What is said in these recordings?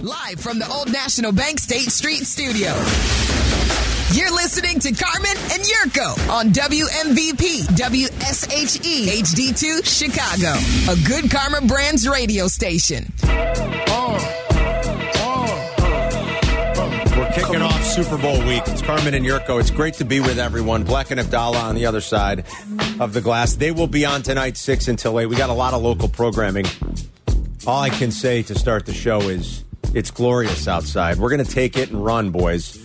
live from the Old National Bank State Street Studio. You're listening to Carmen and Yurko on WMVP WSHE HD2 Chicago, a good Karma Brands radio station. We're kicking off Super Bowl week. It's Carmen and Yurko. It's great to be with everyone. Black and Abdallah on the other side of the glass. They will be on tonight, 6 until 8. We got a lot of local programming. All I can say to start the show is it's glorious outside. We're going to take it and run, boys.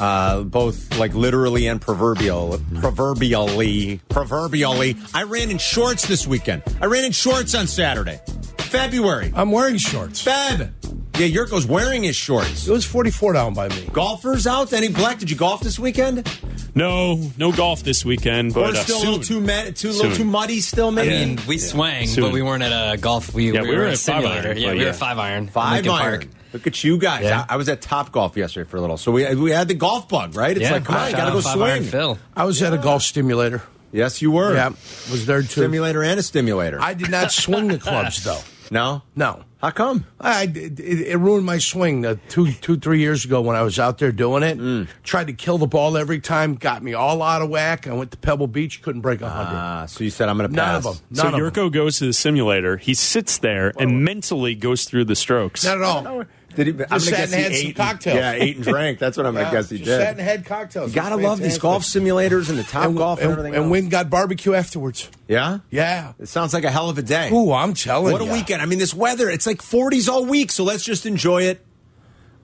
Uh, both like literally and proverbial, proverbially, proverbially. I ran in shorts this weekend. I ran in shorts on Saturday, February. I'm wearing shorts. Feb. Yeah, Yurko's wearing his shorts It was 44 down by me. golfers out? Any black? Did you golf this weekend? No, no golf this weekend, Or but uh, still a soon. little too mad, too little Soon. too muddy still? I Maybe mean, we swang, Soon. but we weren't at a golf. We, Yeah, we, we were were at a at five iron, simulator. yeah, but we were yeah. at five iron. in five Lincoln iron. Park. Look at you guys! Yeah. I, I was at Top Golf yesterday for a little, so we we had the golf bug, right? It's yeah, like come on, you shout gotta out go five iron swing. Phil. I was at a golf stimulator. Yes, you were. Yeah, was there too. Stimulator and a stimulator. I did not swing the clubs though. no, No, How come? I it, it ruined my swing uh, two two three years ago when I was out there doing it. Mm. Tried to kill the ball every time, got me all out of whack. I went to Pebble Beach, couldn't break a hundred. Uh, so you said I'm gonna none pass. of them. So None of them. Yurko goes to the simulator. He sits there and mentally goes through the strokes. Not at all. Did he, I'm gonna sat guess and he had ate some and- cocktails. yeah, ate and drank. That's what I'm Yeah, gonna guess he just did. Sat and had cocktails. you It gotta was love these fantastic. golf simulators and the Top And, Golf and, and, everything. and else. Wynn got barbecue afterwards. yeah, Yeah. It sounds like a hell of a day. Ooh, I'm telling What a ya. weekend. I mean, this weather, it's like 40s all week, so let's just enjoy it.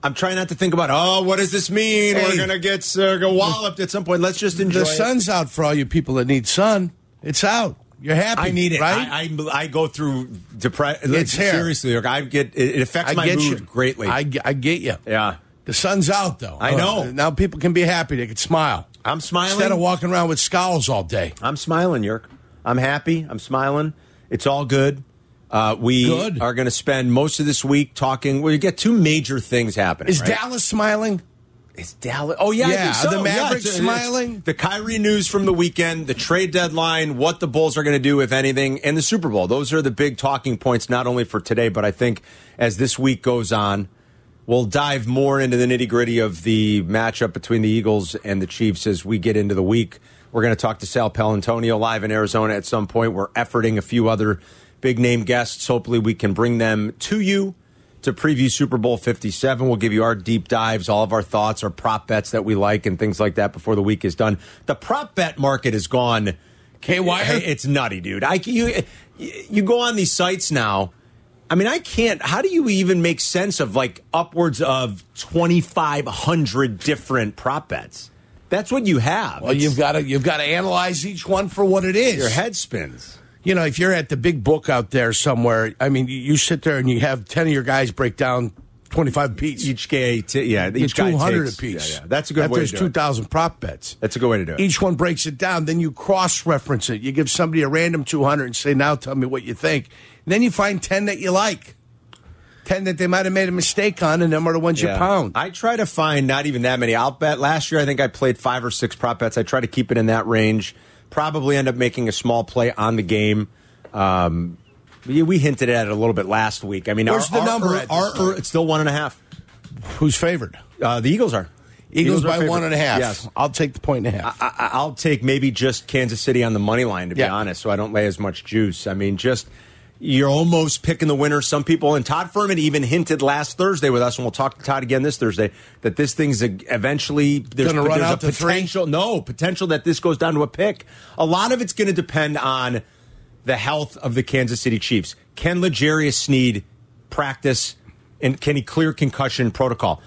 I'm trying not to think about, oh, what does this mean? We're Hey. going to get uh, go walloped at some point. Let's just enjoy The it. sun's out for all you people that need sun. It's out. You're happy. I need it. right? I, I, I go through depression. It's here. Seriously, look, I get it, it affects my mood greatly. I, ge- I get you. yeah. The sun's out though. I know. Uh, now people can be happy. They can smile I'm smiling. instead of walking around with scowls all day. I'm smiling, Yerk. I'm happy. I'm smiling. It's all good. Uh, we Good. are going to spend most of this week talking. We get two major things happening. Is right? Dallas smiling? Is Dallas? Oh yeah, I Yeah, think so. are the Mavericks it's- it's smiling? The Kyrie news from the weekend, the trade deadline, what the Bulls are going to do if anything, and the Super Bowl. Those are the big talking points, not only for today, but I think as this week goes on, we'll dive more into the nitty gritty of the matchup between the Eagles and the Chiefs as we get into the week. We're going to talk to Sal Palantonio live in Arizona at some point. We're efforting a few other big name guests. Hopefully, we can bring them to you to preview Super Bowl 57. We'll give you our deep dives, all of our thoughts, our prop bets that we like, and things like that before the week is done. The prop bet market is gone. Haywire? Hey, It's nutty, dude. I, you, you go on these sites now. I mean, I can't. How do you even make sense of like upwards of 2,500 different prop bets? That's what you have. Well, It's- you've got to you've got to analyze each one for what it is. your head spins. You know, if you're at the big book out there somewhere, I mean, you, you sit there and you have ten of your guys break down twenty five piece. Each guy, t- yeah, each guy two hundred takes- apiece. Yeah, yeah. That's a good That way There's to do two it. thousand prop bets. That's a good way to do it. Each one breaks it down. Then you cross reference it. You give somebody a random 200 and say, now tell me what you think. And then you find 10 that you like, 10 that they might have made a mistake on, and them are the ones Yeah. you pound. I try to find not even that many. I'll bet last year I think I played five or six prop bets. I try to keep it in that range. Probably end up making a small play on the game. Um, we we hinted at it a little bit last week. I mean, Where's our, the our- number at Our, this our- point? it's still one and a half. Who's favored? Uh, the Eagles are Eagles, are by favorite. one and a half. Yes, I'll take the point and a half. I, I'll take maybe just Kansas City on the money line to be Yeah. honest, so I don't lay as much juice. I mean, just you're almost picking the winner. Some people and Todd Furman even hinted last Thursday with us, and we'll talk to Todd again this Thursday that this thing's a, eventually there's, Gonna run there's out a to three? potential no potential that this goes down to a pick. A lot of it's going to depend on the health of the Kansas City Chiefs. Can Legarius Sneed practice and can he clear concussion protocol?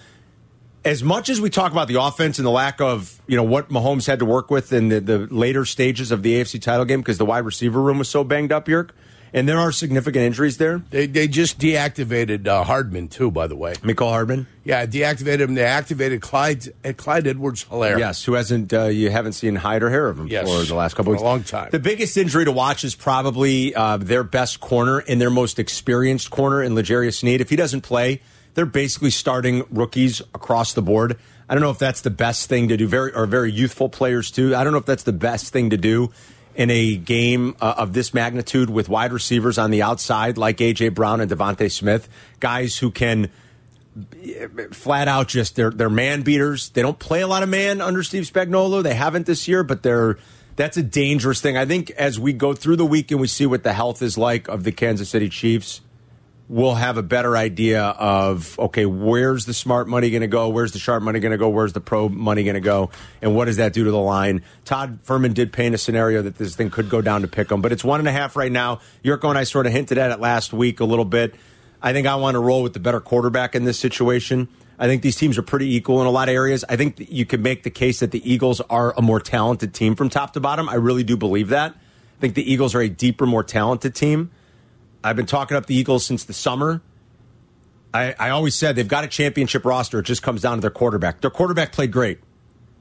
as much as we talk about the offense and the lack of you know what Mahomes had to work with in the, the later stages of the AFC title game because the wide receiver room was so banged up, Yerk, and there are significant injuries there. they, they just deactivated uh, Hardman, too, by the way. Michael Hardman, Yeah, deactivated him. They activated Clyde, uh, Clyde Edwards Hilaire. yes, who hasn't uh, you haven't seen hide or hair of him Yes. for the last couple For a weeks, long time. The biggest injury to watch is probably uh, their best corner and their most experienced corner in Legarius Sneed. If he doesn't play, they're basically starting rookies across the board. I don't know if that's the best thing to do. Very or very youthful players too. I don't know if that's the best thing to do in a game uh, of this magnitude with wide receivers on the outside like AJ Brown and Devontae Smith, guys who can flat out just they're they're man beaters. They don't play a lot of man under Steve Spagnuolo. They haven't this year, but they're that's a dangerous thing. I think as we go through the week and we see what the health is like of the Kansas City Chiefs, we'll have a better idea of okay, where's the smart money going to go? Where's the sharp money going to go? Where's the pro money going to go? And what does that do to the line? Todd Furman did paint a scenario that this thing could go down to pick 'em, but it's one and a half right now. Yurko and I sort of hinted at it last week a little bit. I think I want to roll with the better quarterback in this situation. I think these teams are pretty equal in a lot of areas. I think that you could make the case that the Eagles are a more talented team from top to bottom. I really do believe that. I think the Eagles are a deeper, more talented team. I've been talking up the Eagles since the summer. I, I always said they've got a championship roster. It just comes down to their quarterback. Their quarterback played great.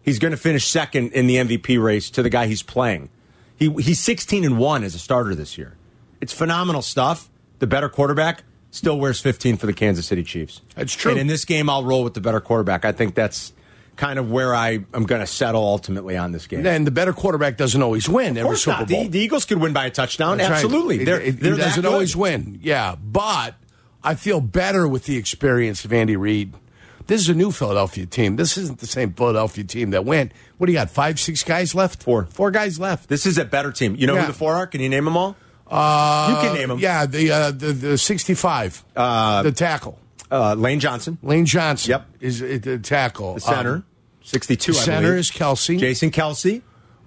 He's going to finish second in the MVP race to the guy he's playing. He, he's 16 and 1 as a starter this year. It's phenomenal stuff. The better quarterback still wears 15 for the Kansas City Chiefs. That's true. And in this game, I'll roll with the better quarterback. I think that's kind of where I, I'm going to settle ultimately on this game. Then the better quarterback doesn't always win Of every course Super not. Bowl. The, the Eagles could win by a touchdown. That's right. Absolutely. It- They're, it- they're he that doesn't good. always win. Yeah, but I feel better with the experience of Andy Reid. This is a new Philadelphia team. This isn't the same Philadelphia team that went. What do you got? Five, six guys left. Four. four guys left. This is a better team. You know Yeah. who the four are? Can you name them all? Uh, you can name them. Yeah, the uh, the, the sixty-five, uh, the tackle, Uh, Lane Johnson, Lane Johnson. Yep. is uh, the tackle, the center, Um, 62, the I center believe. is Kelsey. Jason Kelsey.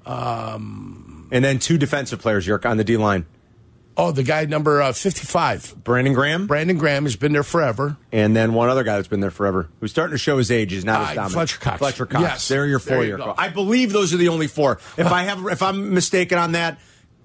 Um, and then two defensive players, York, on the D line. oh, the guy number uh, fifty-five, Brandon Graham. Brandon Graham has been there forever. and then one other guy that's been there forever, who's starting to show his age, is not Ah, as dominant. Fletcher Cox. Fletcher Cox. Yes. They're your four There you year. go. I believe those are the only four. If I have, if I'm mistaken on that,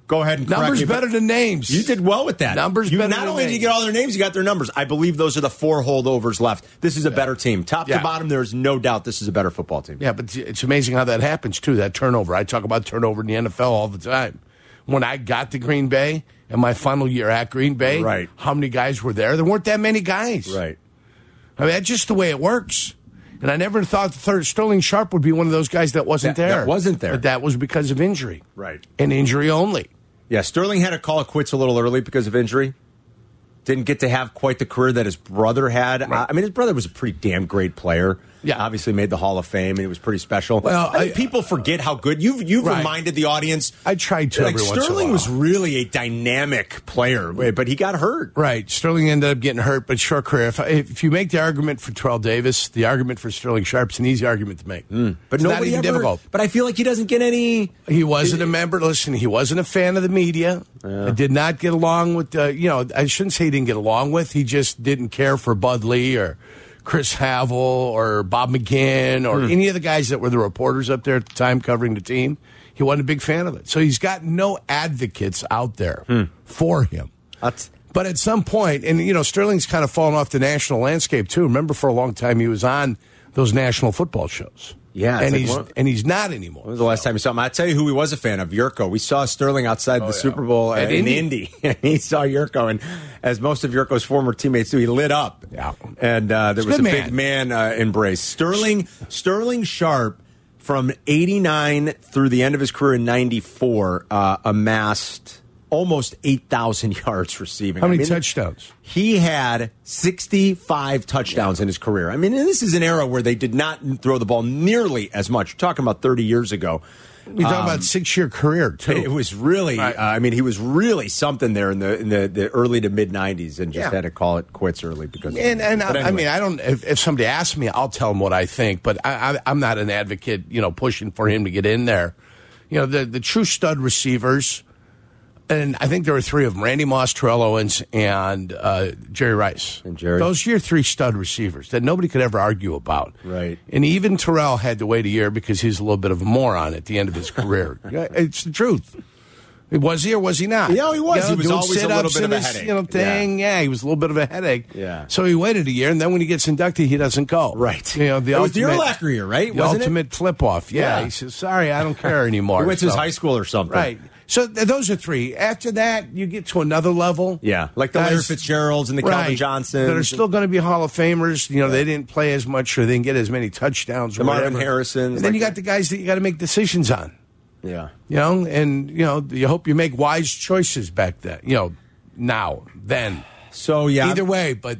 go ahead and correct Numbers me, but- better than names. You did well with that. Numbers You better not than only did you names. get all their names, you got their numbers. I believe those are the four holdovers left. This is a better team, top Yeah. to bottom. There is no doubt this is a better football team. Yeah, but it's amazing how that happens too. That turnover. I talk about turnover in the NFL all the time. When I got to Green Bay and my final year at Green Bay, Right. How many guys were there? There weren't that many guys. Right. I mean, that's just the way it works. And I never thought the third Sterling Sharp would be one of those guys that wasn't That- that there. wasn't there. But that was because of injury. Right. And injury only. Yeah. Sterling had to call it quits a little early because of injury. Didn't get to have quite the career that his brother had. I- I mean, his brother was a pretty damn great player. Yeah. Obviously made the Hall of Fame and it was pretty special. Well, I think I- people forget how good you've you've Right. reminded the audience. I tried to Like every once in a Sterling was while. really a dynamic player, but he got hurt. Right. Sterling ended up getting hurt, but short career. If, if you make the argument for Terrell Davis, the argument for Sterling Sharp's an easy argument to make. But Hmm. it's nobody not even ever, difficult. But I feel like he doesn't get any. He wasn't a member. Listen, he wasn't a fan of the media. I Did not get along with. Uh, you know, I shouldn't say he didn't get along with. He just didn't care for Bud Lee or Chris Havel or Bob McGinn Hmm. or any of the guys that were the reporters up there at the time covering the team. He wasn't a big fan of it. So he's got no advocates out there Hmm. for him. That's, But at some point, and you know, Sterling's kind of fallen off the national landscape too. Remember, for a long time, he was on those national football shows. Yeah, it's and like he's one- and he's not anymore. when was the last time you saw him? I tell you who he was a fan of, Yurko. We saw Sterling outside the yeah. Super Bowl At in Indy. Oh, Indy, and he saw Yurko. And as most of Yurko's former teammates do, he lit up. Yeah. And uh, there He's a was a good big man uh, embrace. Sterling Sterling Sharp from '89 through the end of his career in '94 uh, amassed almost 8,000 yards receiving. How I many mean, touchdowns? He had 65 touchdowns in his career. I mean, and this is an era where they did not throw the ball nearly as much. You're talking about 30 years ago. We talk about six year career too. It was really, Right. uh, I mean, he was really something there in the in the, the early to mid 90s and just Yeah. had to call it quits early because of and it. and But I, I anyway. mean, I don't. If, if somebody asks me, I'll tell them what I think. But I, I, I'm not an advocate, you know, pushing for him to get in there. You know, the the true stud receivers, and I think there were three of them: Randy Moss, Terrell Owens, and uh, Jerry Rice. And Jerry. Those are your three stud receivers that nobody could ever argue about. Right. And even Terrell had to wait a year because he's a little bit of a moron at the end of his career. Yeah, it's the truth. Was he or was he not? Yeah, he was. You know, He was doing always a little sit-ups bit of and a his, headache. You know, Yeah. thing. Yeah. he was a little bit of a headache. Yeah. So he waited a year, and then when he gets inducted, he doesn't go. Right. You know, the It was the ultimate, Urlacher year, right? The Wasn't it? ultimate flip off. Yeah. Yeah. He says, "Sorry, I don't care anymore." he went to his So- high school or something. Right. So th- those are three. After that, you get to another level. Yeah. Like the Larry Guys- Fitzgeralds and the Calvin Johnsons. that are still going to be Hall of Famers. You know, they didn't play as much or they didn't get as many touchdowns. or The Marvin whatever. Harrisons, And then like you got that. the guys that you got to make decisions on Yeah. you know, and you know, you hope you make wise choices back then, you know, now, then, So, yeah. either way. But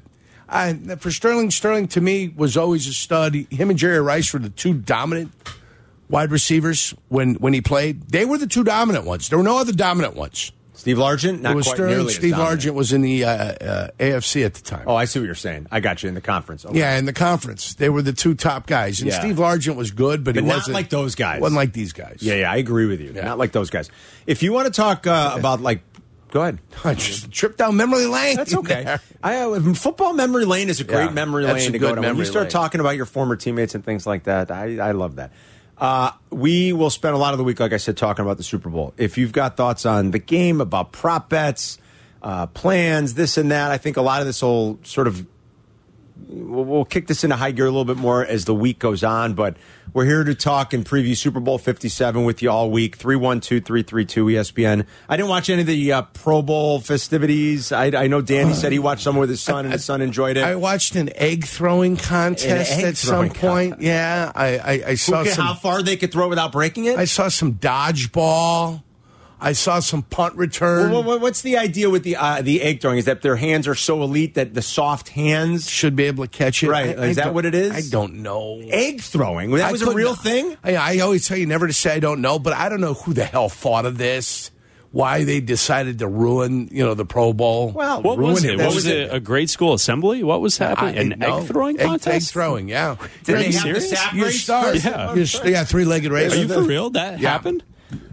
I, for Sterling, Sterling to me was always a stud. He- Him and Jerry Rice were the two dominant wide receivers when when he played. They were the two dominant ones. There were no other dominant ones. Steve Largent, It not was quite Sterling. nearly as Steve dominant. Largent was in the uh, uh, AFC at the time. Oh, I see what you're saying. I got you in the conference. Okay. Yeah, in the conference, they were the two top guys, and Yeah. Steve Largent was good, but, But he not wasn't like those guys. wasn't like these guys. Yeah, yeah, I agree with you. Not like those guys. If you want to talk uh, about like, go ahead. just a trip down memory lane. That's okay. I uh, football memory lane is a great Yeah, memory that's lane a to go good to. When you memory start lane. talking about your former teammates and things like that, I, I love that. Uh, we will spend a lot of the week, like I said, talking about the Super Bowl. If you've got thoughts on the game, about prop bets, uh, plans, this and that, I think a lot of this will sort of we'll, we'll kick this into high gear a little bit more as the week goes on, but we're here to talk and preview Super Bowl 57 with you all week. 312 332 ESPN. I didn't watch any of the uh, Pro Bowl festivities. I, I know Danny said he watched some with his son, and his son enjoyed it. I watched an egg throwing contest An egg at some throwing point. Yeah, I I, I Who saw could- some. how far they could throw without breaking it? I saw some dodgeball. I saw some punt return. Well, what- what's the idea with the uh, the egg throwing? Is that their hands are so elite that the soft hands Should be able to catch it. Right, is that don't- what it is? I don't know. egg throwing that I was a couldn't- real thing? I, I always tell you never to say I don't know, but I don't know who the hell thought of this. Why they decided to ruin, you know, the Pro Bowl? Well, What was ruin it? What was it? A grade school assembly? What was happening? I- An no. egg throwing Egg- contest? Egg throwing, yeah. Did Are they you have serious? the sap Your race stars, first? Yeah. your, yeah, three-legged race. Are you for real? That Yeah. happened?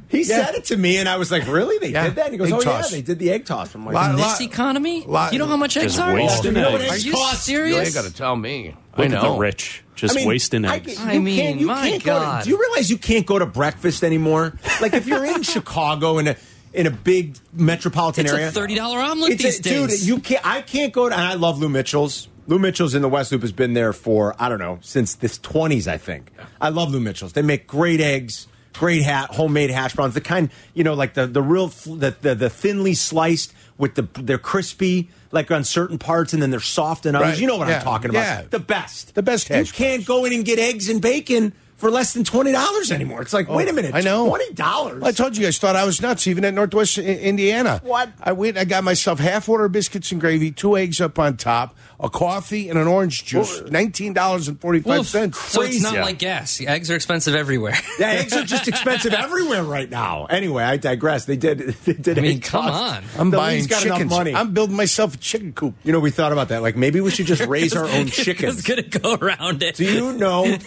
He said it to me, and I was like, "Really? They Yeah. did that?" And he goes, Egg "Oh toss. yeah, they did the egg toss." I'm like, Lot- "This lot- This economy? lot- you know how much eggs Just are? wasting Are eggs. you Cost. You serious? ain't got to tell me. Look I know. at the rich just wasting I eggs. can- I you mean, can't- you my can't Go to, God. do you realize you can't go to breakfast anymore? Like if you're in Chicago in a in a big metropolitan It's a area, $30 omelet it's a- these days. Dude, you can't. I can't go to. And I love Lou Mitchell's. Lou Mitchell's in the West Loop has been there for I don't know since the 20s. I think I love Lou Mitchell's. They make great eggs. Great hat, homemade hash browns. The kind you know, like the the real, fl- the the, the thinly sliced with the they're crispy, like on certain parts, and then they're soft and others. Right. You know what Yeah. I'm talking about? Yeah. The best, The best You hash can't go in and get eggs and bacon for less than twenty dollars anymore. It's like, wait a minute, Oh, I know. twenty dollars. I told you guys thought I was nuts, even at Northwest I- Indiana. What? I went. I got myself half order of biscuits and gravy, two eggs up on top, a coffee, and an orange juice. uh, Nineteen dollars and forty five Oof. cents. so it's not Yeah. like gas. Eggs are expensive everywhere. Yeah, eggs are just expensive everywhere right now. Anyway, I digress. They did. They did. I mean, egg come toss. on. I'm The buying league's got enough chickens. money. I'm building myself a chicken coop. you know, we thought about that. Like maybe we should just raise our own It's chickens. going to go around it. Do you know?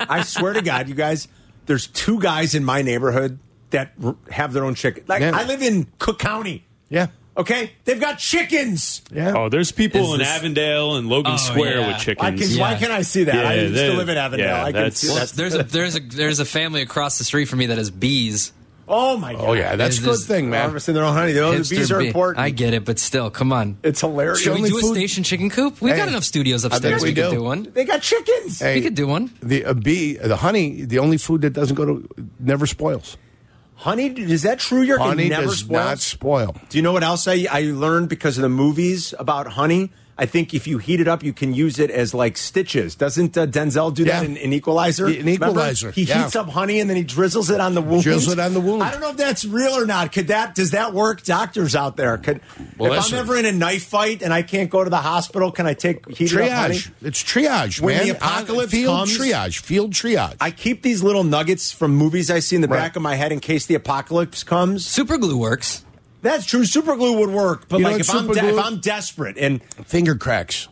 I swear to God, you guys, there's two guys in my neighborhood that r- have their own chicken. Like Yeah. I live in Cook County. Yeah. Okay, they've got chickens. Yeah. Oh, there's people Is in this- Avondale and Logan Oh, Square yeah. with I chickens. can, Why Yeah. can't I see that? I Yeah, used they- to live in Avondale. yeah, I can that's- see Well, Well, that. there's a there's a there's a family across the street from me that has bees. oh my god! Oh yeah, that's a It's good just- thing, man. Harvesting their own honey. Oh, The other Hipster bees are bee. important. I get it, but still, come on. it's hilarious. Can we only do food- a station chicken coop? We've Hey, got enough studios think upstairs. we We, could do. do one. They got chickens. Hey, We could do one. The a bee, the honey, the only food that doesn't go to never spoils. Honey, is that true? Your Honey never does spoils? not spoil. Do you know what else I, I learned because of the movies about honey? I think if you heat it up, you can use it as like stitches. Doesn't uh, Denzel do Yeah. that in, in Equalizer? In Remember? Equalizer, he yeah. heats up honey and then he drizzles it on the wound. Drizzle it on the wound. I don't know if that's real or not. Could that does that work? Doctors out there, could Well, if listen. I'm ever in a knife fight and I can't go to the hospital, can I take heated up honey? Triage. It's triage, When man. Uh, the apocalypse field comes- triage. Field triage. I keep these little nuggets from movies I see in the Right. back of my head in case the apocalypse comes. Super glue works. That's true. Super glue would work, but You know like what if I'm, super de- if glue- I'm desperate and finger cracks.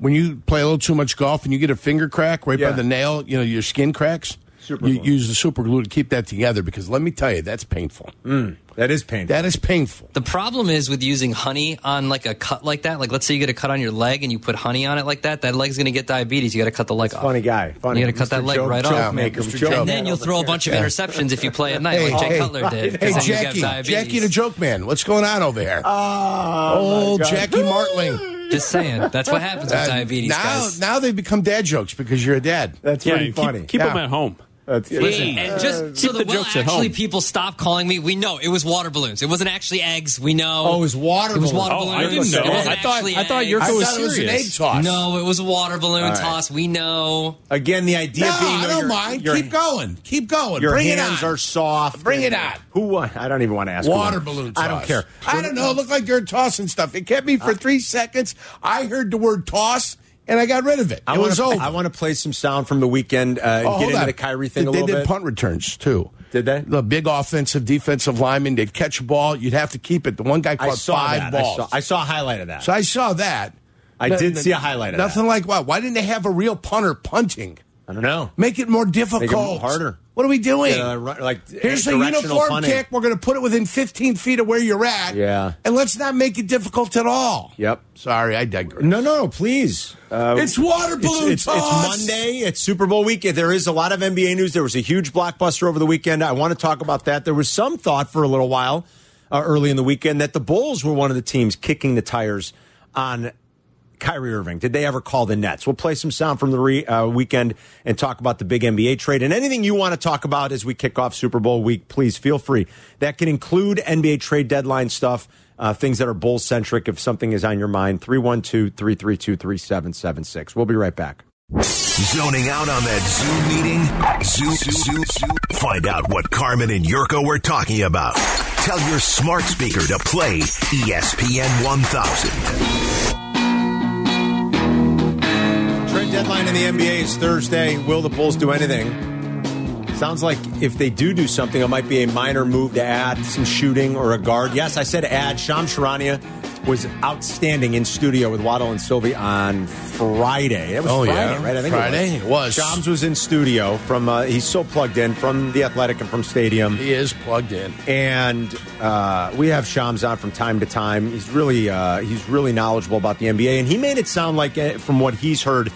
When you play a little too much golf and you get a finger crack right Yeah. by the nail, you know, your skin cracks. Super you glue. use the super glue to keep that together because let me tell you, that's painful. Mm. that is painful. That is painful. The problem is with using honey on like a cut like that. Like let's say you get a cut on your leg and you put honey on it like that. That leg's going to get diabetes. You got to cut the leg off. Funny guy. Funny. You got to cut that leg Joe- right Joe off. Maker, Mr. Joe and then you'll throw a bunch of interceptions if you play at night, like Jay Cutler did. 'cause Hey, then you got Jackie. diabetes. Jackie the joke man. What's going on over here? Oh, Old my God. Jackie Martling. Just saying, that's what happens with Uh, diabetes, now, guys. now they've become dad jokes because you're a dad. That's yeah, pretty keep, funny. keep Yeah. them at home. That's, Listen, and just so keep the, the well jokes at actually home. people stop calling me, we know it was water balloons. It wasn't actually eggs. We know. Oh, it was water It was balloons. water Oh, balloons. I didn't know. It wasn't I thought- actually I thought eggs. your I was thought it was an serious. egg toss. No, it was a water balloon right. toss. We know. Again, the idea No, being I though, don't your- mind. your- Keep going. Keep going. Your Bring hands it on. are soft. Bring it And- on. Who won? I don't even want to ask. who Water won. balloon I don't toss. care. Uh, I don't know. It looked like you're tossing stuff. It kept me for three seconds. I heard the word toss and I got rid of it. I it wanna, was over. I want to play some sound from the weekend uh, and Oh, get hold into on. the Kyrie thing they, a little they did bit. punt returns too. Did they? The big offensive, defensive linemen. They'd catch a ball. You'd have to keep it. The one guy I caught saw five that. I balls. saw, I saw a highlight of that. so I saw that. I No- did no- see a highlight of Nothing that. like wow. Why didn't they have a real punter punting? I don't know. Make it more difficult. harder. What are we doing? Yeah, right, like, Here's a directional uniform punting. kick. We're going to put it within 15 feet of where you're at. Yeah. And let's not make it difficult at all. Yep. Sorry, I digress. No, no, no, please. Uh, It's water It's, balloon it's, it's toss. Monday. It's Super Bowl weekend. There is a lot of NBA news. There was a huge blockbuster over the weekend. I want to talk about that. There was some thought for a little while uh, early in the weekend that the Bulls were one of the teams kicking the tires on Kyrie Irving. Did they ever call the Nets? We'll play some sound from the re, uh, weekend and talk about the big NBA trade and anything you want to talk about as we kick off Super Bowl week. Please feel free. That can include NBA trade deadline stuff, uh, things that are bull centric. If something is on your mind, 312 332 3776. We'll be right back. Zoning out on that Zoom meeting? Zoom, Zoom, Zoom. Find out what Carmen and Yurko were talking about. Tell your smart speaker to play E ESPN 1000. Trade deadline in the NBA is Thursday. Will the Bulls do anything? Sounds like if they do do something, it might be a minor move to add some shooting or a guard. Yes, I said add. Sham Sharania was outstanding in studio with Waddle and Sylvie on Friday. It was Oh, Friday, yeah. right? I think Friday, it it was. was. Shams was in studio from. Uh, he's so plugged in from the Athletic and from Stadium He is plugged in. and uh, we have Shams on from time to time. He's really uh, he's really knowledgeable about the NBA, and he made it sound like, eh, from what he's heard,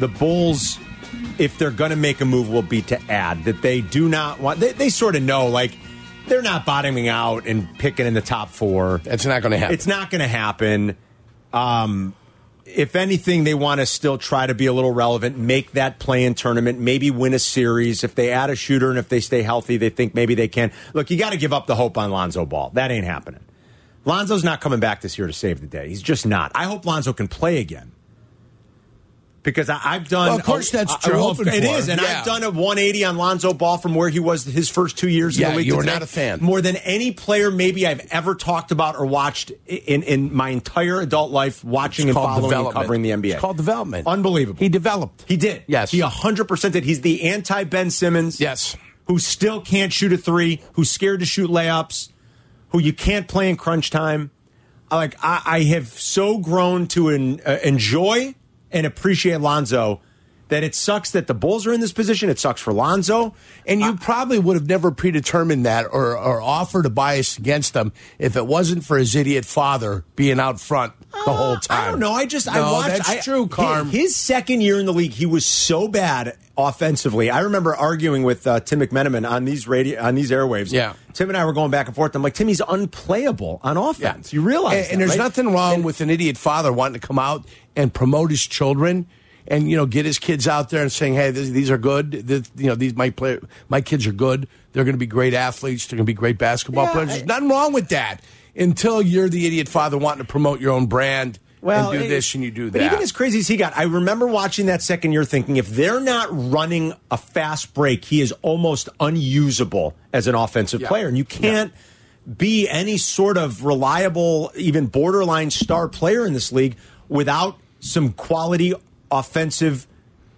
the Bulls, if they're going to make a move, will be to add that they do not want. They, they sort of know like they're not bottoming out and picking in the top four. That's not going to happen. It's not going to happen. Um, if anything, they want to still try to be a little relevant, make that play in tournament, maybe win a series. If they add a shooter and if they stay healthy, they think maybe they can. Look, you got to give up the hope on Lonzo Ball. That ain't happening. Lonzo's not coming back this year to save the day. He's just not. I hope Lonzo can play again. Because I, I've done. Well, of course that's I- I what you're hope- hoping It for. is, and Yeah. I've done a 180 on Lonzo Ball from where he was his first two years in Yeah, the league. you were It's not a fan. More than any player maybe I've ever talked about or watched in in my entire adult life, watching It's and called following and development. covering the NBA. It's called development. Unbelievable. He developed. He did. Yes. He 100% did. He's the anti Ben Simmons. Yes. Who still can't shoot a three, who's scared to shoot layups, who you can't play in crunch time. I Like, I, I have so grown to en- uh, enjoy and appreciate Lonzo that it sucks that the Bulls are in this position. It sucks for Lonzo. And you probably would have never predetermined that or, or offered a bias against him if it wasn't for his idiot father being out front the whole time. Uh, I don't know. I just I No, watched. That's I- true, Carm. His, his second year in the league, he was so bad offensively. I remember arguing with uh, Tim McMenamin on these radio on these airwaves. Yeah. Tim and I were going back and forth. I'm like, Tim, he's unplayable on offense. You realize? And, that, and there's right? nothing wrong with an idiot father wanting to come out and promote his children, and you know get his kids out there and saying, "Hey, this, these are good. This, you know, these my play, my kids are good. They're going to be great athletes. They're going to be great basketball Yeah, players." I- There's nothing wrong with that until you're the idiot father wanting to promote your own brand and do it- this and you do that. But even as crazy as he got, I remember watching that second year thinking if they're not running a fast break, he is almost unusable as an offensive Yeah. player. And you can't be any sort of reliable, even borderline star player in this league without some quality offensive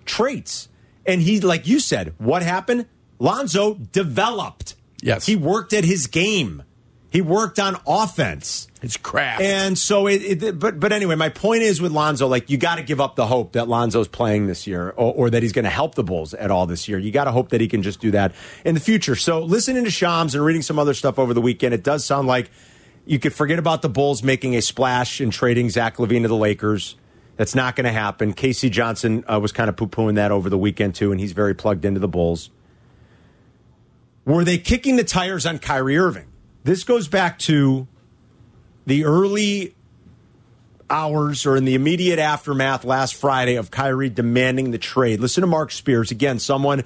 traits. And he, like you said, what happened? Lonzo developed. Yes. He worked at his game. He worked on offense. It's craft. And so it, it but but anyway, my point is with Lonzo, like you got to give up the hope that Lonzo's playing this year or, or that he's going to help the Bulls at all this year. You got to hope that he can just do that in the future. So listening to Shams and reading some other stuff over the weekend, it does sound like you could forget about the Bulls making a splash and trading Zach Levine to the Lakers. That's not going to happen. Casey Johnson uh, was kind of poo pooing that over the weekend too, and he's very plugged into the Bulls. Were they kicking the tires on Kyrie Irving? This goes back to the early hours or in the immediate aftermath last Friday of Kyrie demanding the trade. Listen to Mark Spears, again, someone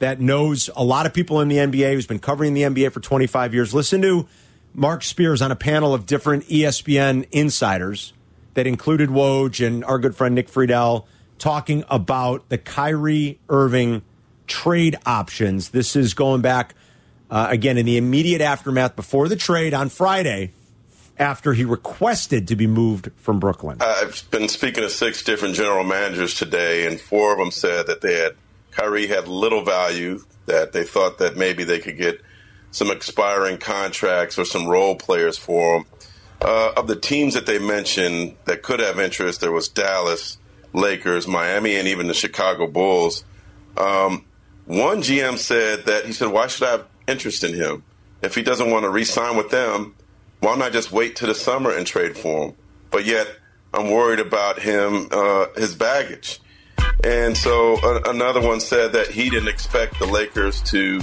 that knows a lot of people in the NBA who's been covering the NBA for 25 years. Listen to Mark Spears on a panel of different E ESPN insiders that included Woj and our good friend Nick Friedel talking about the Kyrie Irving trade options. This is going back uh, again in the immediate aftermath before the trade on Friday after he requested to be moved from Brooklyn. I've been speaking to six different general managers today, and four of them said that they had Kyrie had little value. That they thought that maybe they could get some expiring contracts or some role players for him. Uh, of the teams that they mentioned that could have interest, there was Dallas, Lakers, Miami, and even the Chicago Bulls. Um, one GM said that he said, "Why should I have interest in him if he doesn't want to re-sign with them?" why not just wait to the summer and trade for him? But yet, I'm worried about him, uh, his baggage. And so a- another one said that he didn't expect the Lakers to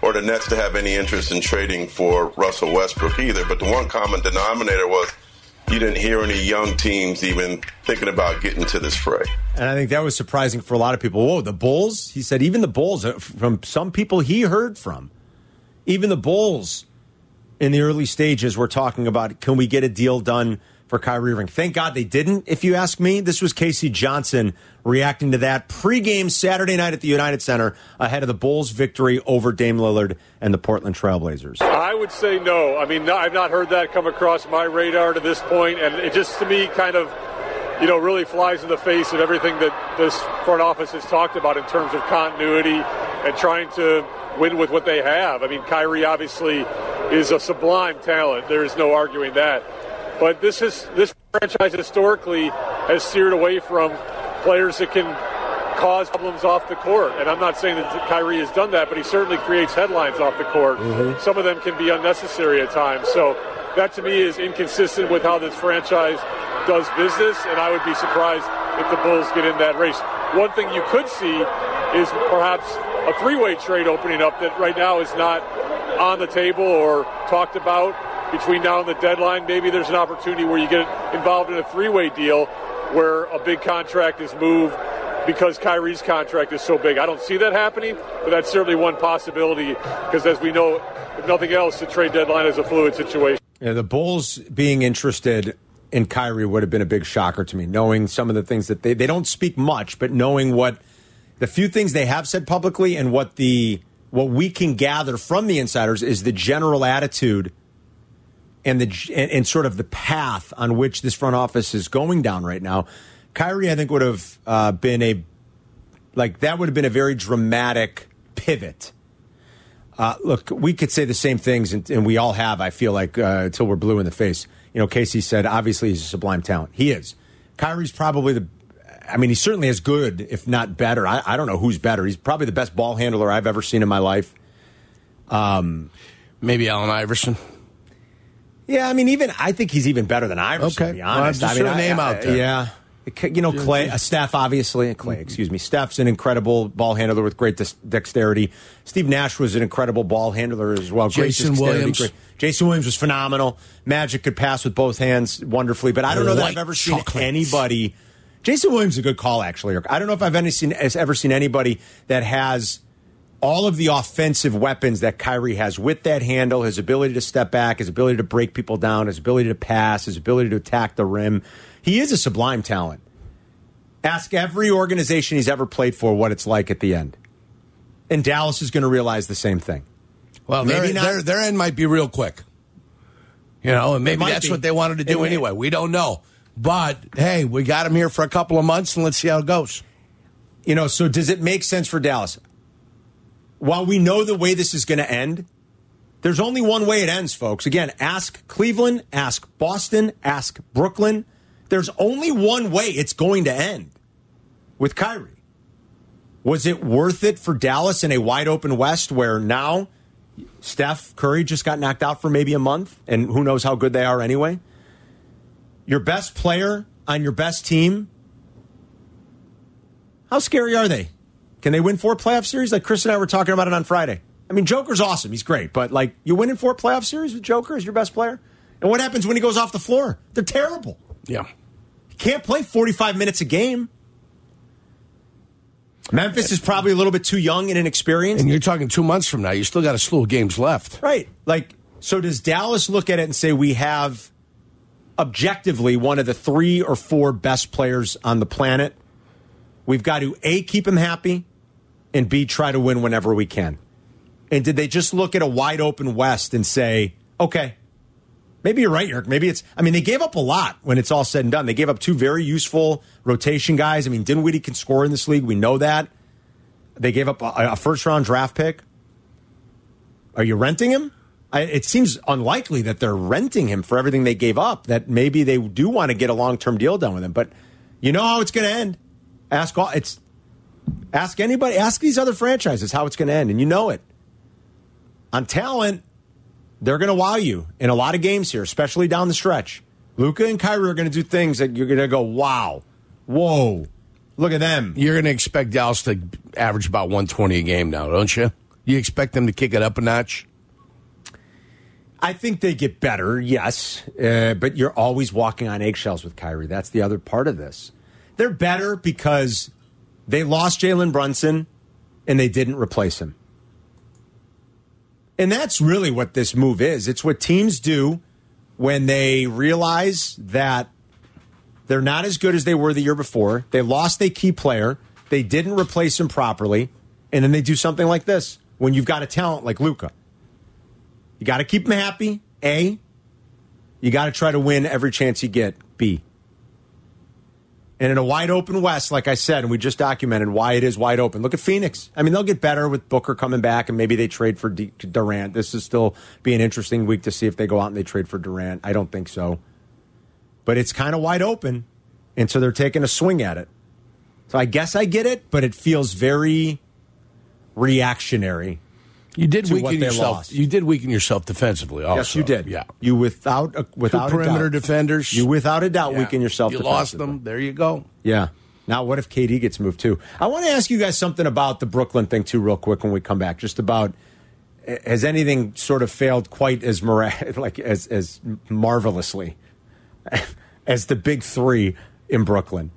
or the Nets to have any interest in trading for Russell Westbrook either. But the one common denominator was you didn't hear any young teams even thinking about getting to this fray. And I think that was surprising for a lot of people. Whoa, the Bulls? He said, even the Bulls, uh, from some people he heard from, even the Bulls in the early stages were talking about can we get a deal done for Kyrie Irving? Thank God they didn't, if you ask me. This was Casey Johnson reacting to that pregame Saturday night at the United Center ahead of the Bulls' victory over Dame Lillard and the Portland Trailblazers. I would say no. I mean, no, I've not heard that come across my radar to this point, and it just to me kind of, you know, really flies in the face of everything that this front office has talked about in terms of continuity and trying to win with what they have. I mean, Kyrie obviously is a sublime talent. There is no arguing that. But this is this franchise historically has steered away from players that can cause problems off the court. And I'm not saying that Kyrie has done that, but he certainly creates headlines off the court. Some of them can be unnecessary at times. So that to me is inconsistent with how this franchise does business, and I would be surprised if the Bulls get in that race. One thing you could see is perhaps a three-way trade opening up that right now is not on the table or talked about between now and the deadline. Maybe there's an opportunity where you get involved in a three-way deal where a big contract is moved because Kyrie's contract is so big. I don't see that happening, but that's certainly one possibility because, as we know, if nothing else, the trade deadline is a fluid situation. Yeah, the Bulls being interested in Kyrie would have been a big shocker to me, knowing some of the things that they, they don't speak much, but knowing what the few things they have said publicly and what the what we can gather from the insiders is the general attitude and the g- and, and sort of the path on which this front office is going down right now. Kyrie, I think, would have uh, been a like that would have been a very dramatic pivot. Uh, look, we could say the same things, and, and we all have. I feel like uh, till we're blue in the face. You know, Casey said obviously he's a sublime talent. He is. Kyrie's probably the. I mean, he certainly is good, if not better. I, I don't know who's better. He's probably the best ball handler I've ever seen in my life. Maybe Allen Iverson. Yeah, I mean, even I think he's even better than Iverson. Okay. to be Well, I'm honest. just I mean, throwing a I- name I- out there. Yeah, It c- you know, Clay, uh, Steph, obviously, Clay. Excuse me, Steph's an incredible ball handler with great dis- dexterity. Steve Nash was an incredible ball handler as well. Great Jason dexterity, Williams. Jason Williams was phenomenal. Magic could pass with both hands wonderfully, but I don't know that I've White ever seen chocolate. anybody. Jason Williams is a good call, actually. I don't know if I've any seen, has ever seen anybody that has all of the offensive weapons that Kyrie has with that handle, his ability to step back, his ability to break people down, his ability to pass, his ability to attack the rim. He is a sublime talent. Ask every organization he's ever played for what it's like at the end. And Dallas is going to realize the same thing. Well, Maybe their, not. Their, their end might be real quick. You know, and maybe might that's be. what they wanted to It do may. anyway. We don't know. But hey, we got him here for a couple of months and let's see how it goes. You know, so does it make sense for Dallas? While we know the way this is going to end, there's only one way it ends, folks. Again, ask Cleveland, ask Boston, ask Brooklyn. There's only one way it's going to end with Kyrie. Was it worth it for Dallas in a wide open West where now Steph Curry just got knocked out for maybe a month and who knows how good they are anyway? Your best player on your best team how scary are they? Can they win four playoff series? Like Chris and I were talking about it on Friday. I mean, Joker's awesome. He's great. But, like, you winning four playoff series with Joker as your best player? And what happens when he goes off the floor? They're terrible. Yeah. He can't play 45 minutes a game. Memphis is probably a little bit too young and inexperienced. And you're talking two months from now. You still got a slew of games left. Right. Like, so does Dallas look at it and say, we have objectively one of the three or four best players on the planet? We've got to A, keep him happy, and B, try to win whenever we can. And did they just look at a wide open West and say, okay, maybe you're right, Eric. Maybe it's, I mean, they gave up a lot when it's all said and done. They gave up two very useful rotation guys. I mean, Dinwiddie can score in this league. We know that. They gave up a, a first round draft pick. Are you renting him? I, it seems unlikely that they're renting him for everything they gave up. That maybe they do want to get a long term deal done with him, but you know how it's going to end. Ask all it's ask anybody, ask these other franchises how it's going to end, and you know it. On talent, they're going to wow you in a lot of games here, especially down the stretch. Luca and Kyrie are going to do things that you're going to go, wow, whoa, look at them. You're going to expect Dallas to average about 120 a game now, don't you? You expect them to kick it up a notch? I think they get better, yes, uh, but you're always walking on eggshells with Kyrie. That's the other part of this. They're better because they lost Jalen Brunson and they didn't replace him. And that's really what this move is. It's what teams do when they realize that they're not as good as they were the year before. They lost a key player, they didn't replace him properly, and then they do something like this when you've got a talent like Luca. You got to keep him happy, A. You got to try to win every chance you get, B. And in a wide open West, like I said, and we just documented why it is wide open. Look at Phoenix. I mean, they'll get better with Booker coming back, and maybe they trade for D- Durant. This is still be an interesting week to see if they go out and they trade for Durant. I don't think so, but it's kind of wide open, and so they're taking a swing at it. So I guess I get it, but it feels very reactionary. You did To what weaken they yourself. lost. You did weaken yourself defensively. Also. yes, you did. Yeah. you without a, Two without a perimeter doubt. defenders. You without a doubt Yeah. weaken yourself. You lost defensively. them. There you go. Yeah. Now, what if KD gets moved too? I want to ask you guys something about the Brooklyn thing too, real quick, when we come back. Just about eh, has anything sort of failed quite as mira- like as as marvelously as the big three in Brooklyn.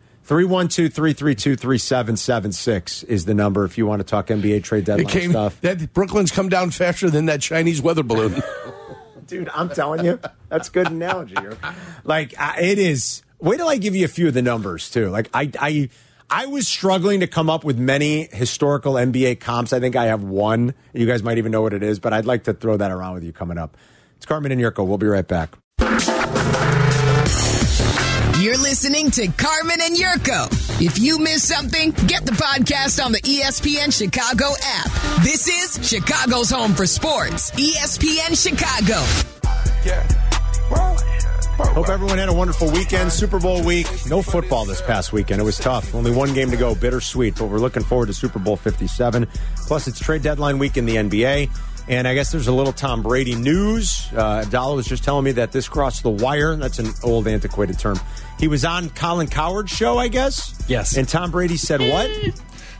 312-332-3776 is the number if you want to talk NBA trade It deadline came. stuff. That Brooklyn's come down faster than that Chinese weather balloon. Dude, I'm telling you, that's a good analogy. Eric. Like I, it is. Wait till I give you a few of the numbers too. Like I, I, I was struggling to come up with many historical NBA comps. I think I have one. You guys might even know what it is, but I'd like to throw that around with you coming up. It's Carmen and Yurko. We'll be right back. You're listening to Carmen and Yurko. If you miss something, get the podcast on the E ESPN Chicago app. This is Chicago's home for sports. E ESPN Chicago. Hope everyone had a wonderful weekend. Super Bowl week. No football this past weekend. It was tough. Only one game to go. Bittersweet, but we're looking forward to Super Bowl 57. Plus, it's trade deadline week in the NBA. And I guess there's a little Tom Brady news. Uh, Abdallah was just telling me that this crossed the wire. That's an old, antiquated term. He was on Colin Coward's show, I guess. Yes. And Tom Brady said what?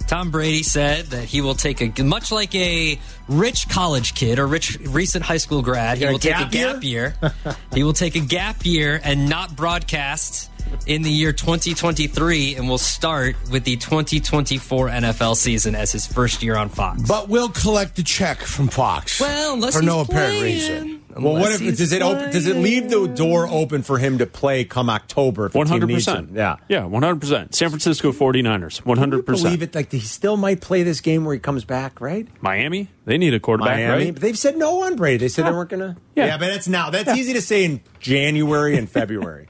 Tom Brady said that he will take a much like a rich college kid or rich recent high school grad. He A will take a gap gap year. he will take a gap year and not broadcast in the year 2023, and will start with the 2024 NFL season as his first year on Fox. but we'll collect a check from Fox. well, unless for no he's apparent playing. reason. Well, what Unless if he's does it open, does it leave the door open for him to play come October if the One team hundred needs him? percent. Yeah. yeah, one hundred percent. San Francisco 49ers, one hundred Believe percent. it, like he still might play this game where he comes back, right? Miami, they need a quarterback, Miami. right? But they've said no on Brady. They said they weren't gonna. Yeah. but that's now. That's easy to say in January and February,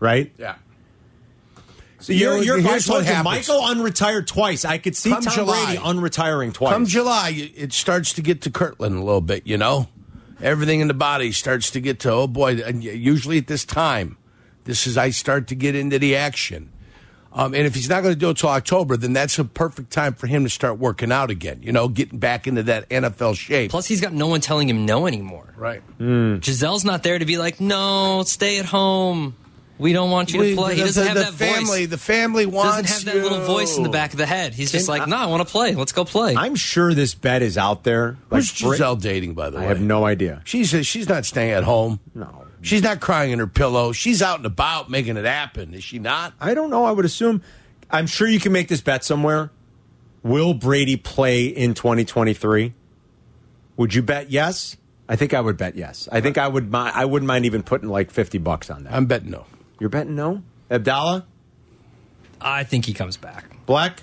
right? Yeah. So you're, You know, you're I here's told what you, happens. Michael unretired twice. I could see Come Tom July. Brady unretiring twice. Come July, you- it starts to get to Kirtland a little bit. You know, everything in the body starts to get to. Oh boy! And y- usually at this time, this is I start to get into the action. Um, and if he's not going to do it till October, then that's a perfect time for him to start working out again. You know, getting back into that NFL shape. Plus, he's got no one telling him no anymore. right. Hmm. Giselle's not there to be like, no, stay at home. We don't want you to play. He doesn't the, have the that family. voice. The family Doesn't wants have that you. little voice in the back of the head. He's just like, no, I want to play. Let's go play. I'm sure this bet is out there. Like, Who's Giselle dating, by the I way? have no idea. She's uh, she's not staying at home. No. She's not crying in her pillow. She's out and about making it happen. Is she not? I don't know. I would assume. I'm sure you can make this bet somewhere. Will Brady play in 2023? Would you bet yes? I think I would bet yes. I think I would. mi- I wouldn't mind even putting like 50 bucks on that. I'm betting no. You're betting no, Abdallah I think he comes back. Black.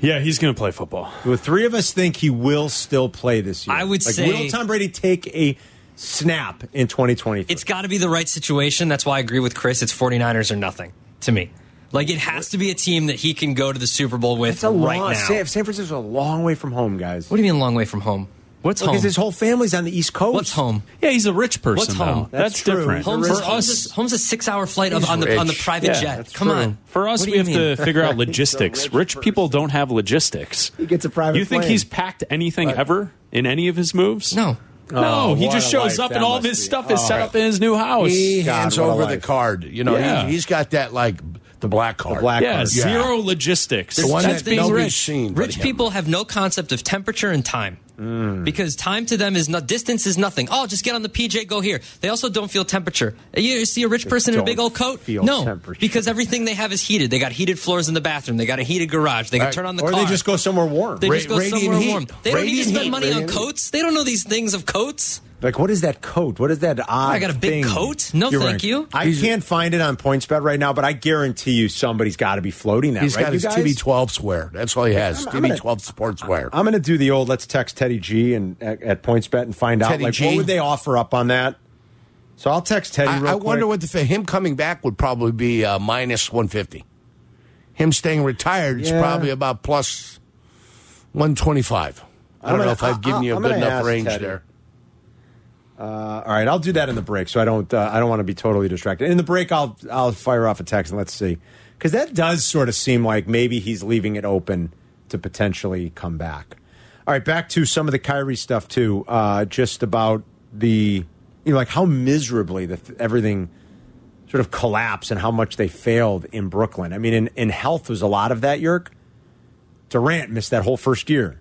Yeah, he's going to play football. The three of us think he will still play this year. I would like, say- will Tom Brady take a snap in 2023? It's got to be the right situation. That's why I agree with Chris. It's 49ers or nothing to me. Like it has to be a team that he can go to the Super Bowl with It's a right long. now. San, San Francisco's a long way from home, guys. What do you mean a long way from home? What's home? Because his whole family's on the East Coast. What's home? Yeah, he's a rich person. What's home? though. That's That's, true. different. He's a Home's, rich a, home's, a, home's a six-hour flight of, He's on the on the rich. private Yeah, jet. that's Come true. on. For us, What do we you have to mean? figure out He's a logistics. rich Rich, people don't have logistics. He gets a private You think plane. he's packed anything ever in any of his moves? No. No, Oh, he what just a shows life up and that all of must his be. stuff is Oh. set up in his new house. He God, hands what a over the life. card. You know, Yeah. he, he's got that like the black card. black yeah, card. zero logistics. The one That's that being nobody's rich. seen. but Rich him. people have no concept of temperature and time. Mm. Because time to them is not distance is nothing. Oh, just get on the PJ, go here. They also don't feel temperature. Uh, You see a rich person in a don't big old coat? feel no, temperature. because everything they have is heated. They got heated floors in the bathroom. They got a heated garage. They can turn on the or car. they just go somewhere warm. They just Ra- go radiant somewhere heat. warm. They don't need to Radiant spend heat. money Radiant on heat. coats. They don't know these things of coats. like, what is that coat? What is that odd? I got a big thing coat? No, you're thank wearing? you. I can't find it on PointsBet right now, but I guarantee you somebody's got to be floating that. He's right, got you his guys? TB12 swear. That's all he has. I'm gonna- TB12 sportswear. I'm going to do the old. Let's text Teddy G and at, at PointsBet and find out Teddy like G? what would they offer up on that. So I'll text Teddy. real I, I quick. wonder what the, for him coming back would probably be uh, minus 150. Him staying retired is Yeah. probably about plus 125. I I'm don't gonna- know if I've given I- you a I'm good gonna enough ask range Teddy. there. Uh, All right, I'll do that in the break, so I don't uh, I don't want to be totally distracted. In the break, I'll I'll fire off a text and let's see, because that does sort of seem like maybe he's leaving it open to potentially come back. All right, back to some of the Kyrie stuff too, uh, just about the you know like how miserably the, everything sort of collapsed and how much they failed in Brooklyn. I mean, in in health was a lot of that. Yerk Durant missed that whole first year.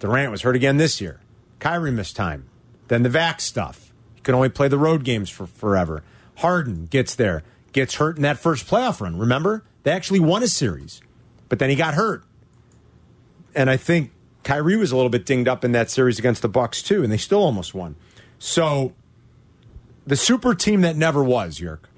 Durant was hurt again this year. Kyrie missed time. Then the vax stuff. He could only play the road games for forever. Harden gets there, gets hurt in that first playoff run. Remember? They actually won a series, but then he got hurt. And I think Kyrie was a little bit dinged up in that series against the Bucks too, and they still almost won. So the super team that never was, Yerk.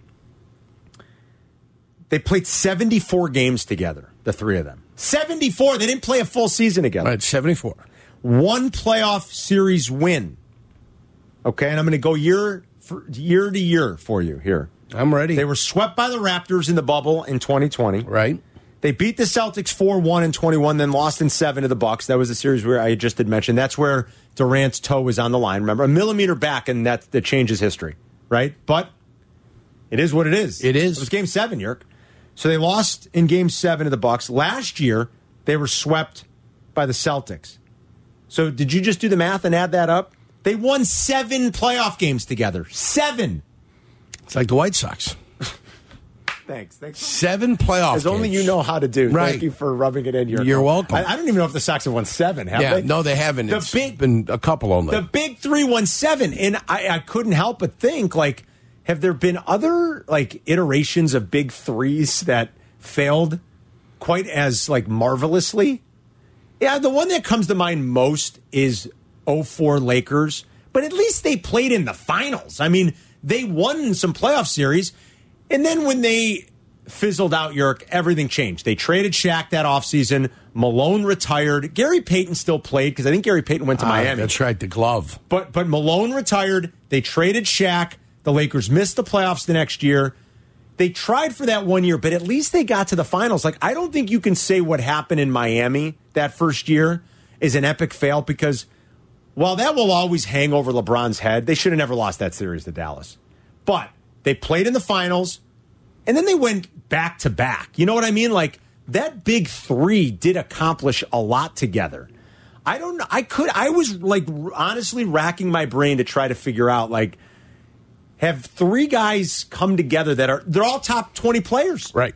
They played 74 games together, the three of them. 74. They didn't play a full season together All right, 74. one playoff series win. Okay, and I'm going to go year for, year to year for you here. I'm ready. They were swept by the Raptors in the bubble in 2020. right. They beat the Celtics 4-1 in 21, then lost in 7 to the Bucks. That was a series where I just had mentioned. That's where Durant's toe was on the line. Remember, a millimeter back and that that changes history, right? But it is what it is. It is. It was game 7, Yerk. So they lost in game 7 to the Bucks. Last year, they were swept by the Celtics. So did you just do the math and add that up? They won 7 playoff games together. 7. It's like the White Sox. Thanks. Thanks. Seven playoff As only games. you know how to do. Right. Thank you for rubbing it in. Your You're welcome. I, I don't even know if the Sox have won seven. Have Yeah, they? no, they haven't. The It's big- been a couple only. The big three won seven, and I, I couldn't help but think like, have there been other like iterations of big threes that failed quite as like marvelously? Yeah, the one that comes to mind most is 04 Lakers, but at least they played in the finals. I mean, they won some playoff series. And then when they fizzled out York, everything changed. They traded Shaq that offseason. Malone retired. Gary Payton still played because I think Gary Payton went to Ah, Miami. That's right, the glove. But but Malone retired. They traded Shaq. The Lakers missed the playoffs the next year. They tried for that one year, but at least they got to the finals. Like I don't think you can say what happened in Miami that first year is an epic fail because while that will always hang over LeBron's head, they should have never lost that series to Dallas. But they played in the finals and then they went back to back. You know what I mean? Like that big three did accomplish a lot together. I don't. know. I could. I was like r- honestly racking my brain to try to figure out like have three guys come together that are they're all top twenty players. Right.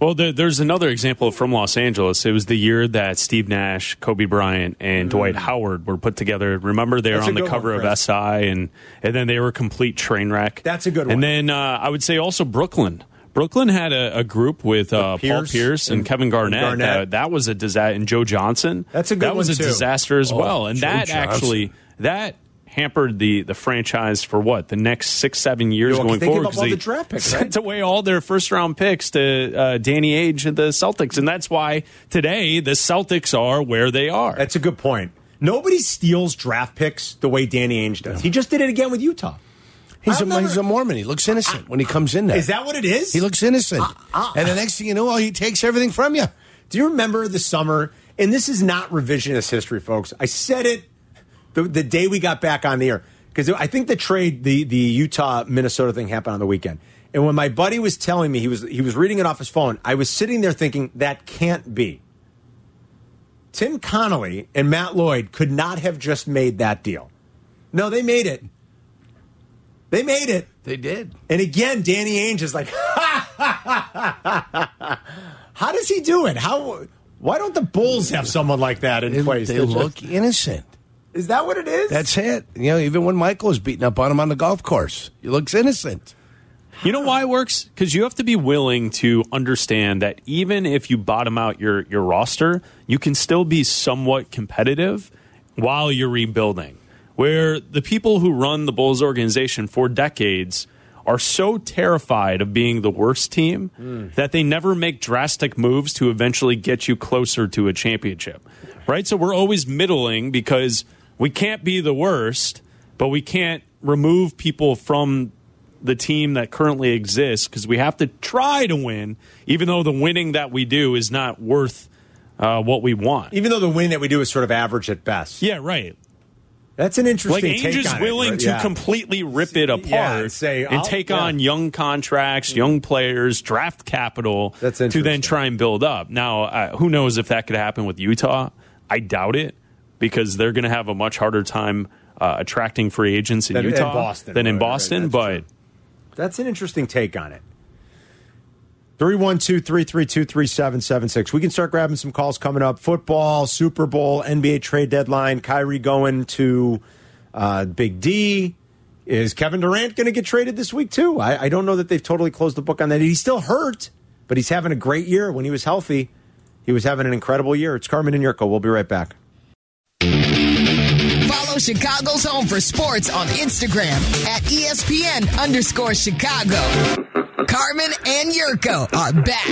Well, there, there's another example from Los Angeles. It was the year that Steve Nash, Kobe Bryant, and Dwight Howard were put together. Remember, they Mm. were That's a on the good cover one, of Chris. SI, and and then they were a complete train wreck. That's a good one. And then uh, I would say also Brooklyn. Brooklyn had a, a group with uh, Paul Pierce Pierce and, and Kevin Garnett. Garnett. That, that was a disaster. And Joe Johnson. That's a good That was one, a too. disaster as Oh, well. And Joe that Johnson. actually that hampered the the franchise for what the next six seven years Yo, 'cause going they forward. gave up 'cause all the draft picks, sent away all their first round picks to uh, Danny Age and the Celtics, and that's why today the Celtics are where they are. That's a good point. Nobody steals draft picks the way Danny Ainge does. He just did it again with Utah. He's a, I've never- he's a Mormon. He looks innocent when he comes in there. Is that what it is? He looks innocent. and the next thing you know, oh, he takes everything from you. Do you remember the summer? And this is not revisionist history, folks. I said it the, the day we got back on the air because I think the trade, the the Utah Minnesota thing happened on the weekend. And when my buddy was telling me he was he was reading it off his phone, I was sitting there thinking that can't be. Tim Connolly and Matt Lloyd could not have just made that deal. No, they made it. They made it. They did. And again, Danny Ainge is like, how does he do it? How? Why don't the Bulls have someone like that in They, place? they They're just- look innocent. is that what it is? That's it. You know, even when Michael was beating up on him on the golf course, he looks innocent. You know why it works? Because you have to be willing to understand that even if you bottom out your, your roster, you can still be somewhat competitive while you're rebuilding. Where the people who run the Bulls organization for decades are so terrified of being the worst team that they never make drastic moves to eventually get you closer to a championship. Right? So we're always middling because we can't be the worst, but we can't remove people from the team that currently exists because we have to try to win, even though the winning that we do is not worth uh, what we want. Even though the win that we do is sort of average at best. Yeah, right. That's an Like interesting. Ainge take is on it, willing right? to Yeah. completely rip it apart and say, and I'll- take yeah. on young contracts, young players, draft capital That's to then interesting. try and build up. Now, uh, who knows if that could happen with Utah? I doubt it because they're going to have a much harder time uh, attracting free agents in Than in Utah Boston, than right, in right, Boston. that's but true. That's an interesting take on it. 312-332-3776. We can start grabbing some calls coming up. Football, Super Bowl, NBA trade deadline, Kyrie going to uh, Big D. Is Kevin Durant going to get traded this week too? I, I don't know that they've totally closed the book on that. He's still hurt, but he's having a great year. When he was healthy, he was having an incredible year. It's Carmen and Yurko. We'll be right back. Follow Chicago's Home for Sports on Instagram at E ESPN underscore Chicago. Carmen and Yurko are back.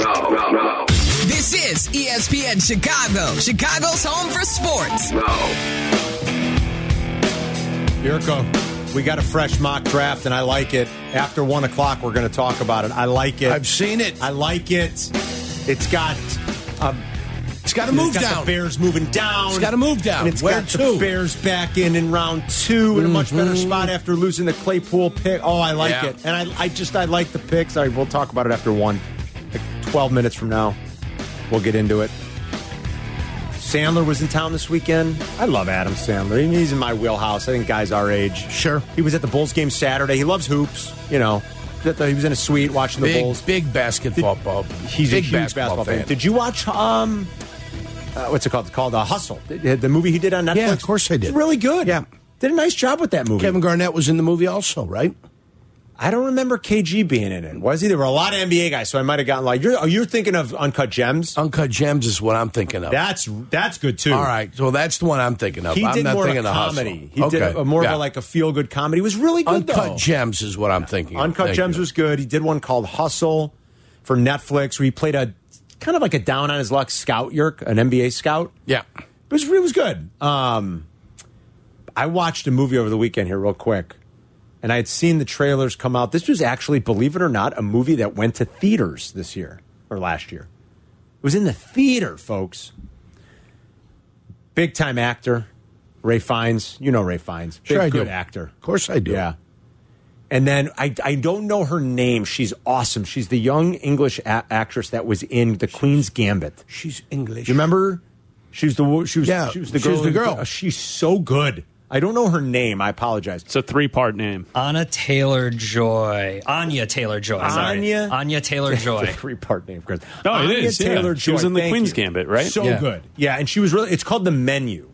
This is E ESPN Chicago, Chicago's Home for Sports. Yurko, we got a fresh mock draft, and I like it. After one o'clock, we're going to talk about it. I like it. I've seen it. I like it. It's got um, It's got to move it's got down. The Bears moving down. It's gotta move down. And it's Where got to? Mm-hmm. the Bears back in in round two in a much better spot after losing the Claypool pick. Oh, I like Yeah. it, and I, I just I like the picks. I we'll talk about it after one, like twelve minutes from now. We'll get into it. Sandler was in town this weekend. I love Adam Sandler. He's in my wheelhouse. I think guys our age. Sure. He was at the Bulls game Saturday. He loves hoops. You know, he was in a suite watching the big, Bulls. big basketball. Bob. He's a big huge basketball, fan. Did you watch um, uh, what's it called? It's called uh, Hustle, the, the movie he did on Netflix. Yeah, of course I did. It's really good. Yeah. did a nice job with that movie. Kevin Garnett was in the movie also, right? I don't remember KG being in it. Was he? There were a lot of NBA guys, so I might have gotten like you're. Are you thinking of Uncut Gems? Uncut Gems is what I'm thinking of. That's that's good too. Oh. All right, so that's the one I'm thinking of. He I'm did not more of thinking a of Hustle. comedy. He did Okay, a, more of yeah. a, like a feel good comedy. It was really good Uncut though. Gems is what I'm thinking. of. Uncut Thank Gems you. was good. He did one called Hustle for Netflix, where he played a kind of like a down on his luck scout, Yerk, an NBA scout. yeah. It was, it was good. Um, I watched a movie over the weekend here, real quick, and I had seen the trailers come out. This was actually, believe it or not, a movie that went to theaters this year or last year. It was in the theater, folks. Big time actor, Ray Fiennes. You know Ray Fiennes. Big, Sure I good do. actor. Of course I do. Yeah. And then I, I don't know her name. She's awesome. She's the young English a- actress that was in The Queen's Gambit. She's English. Do you remember? She was the wo- she was Yeah, she was the she was girl. the in- girl. uh, She's so good. I don't know her name. I apologize. it's a three part name. Anna Taylor Joy. Anya Taylor Joy. Anya? Anya Taylor Joy. Three part name, Chris. No, it Anya is, yeah. Taylor She was in The thank Queen's you. Gambit, right? So Yeah. good. Yeah, and she was really. It's called The Menu,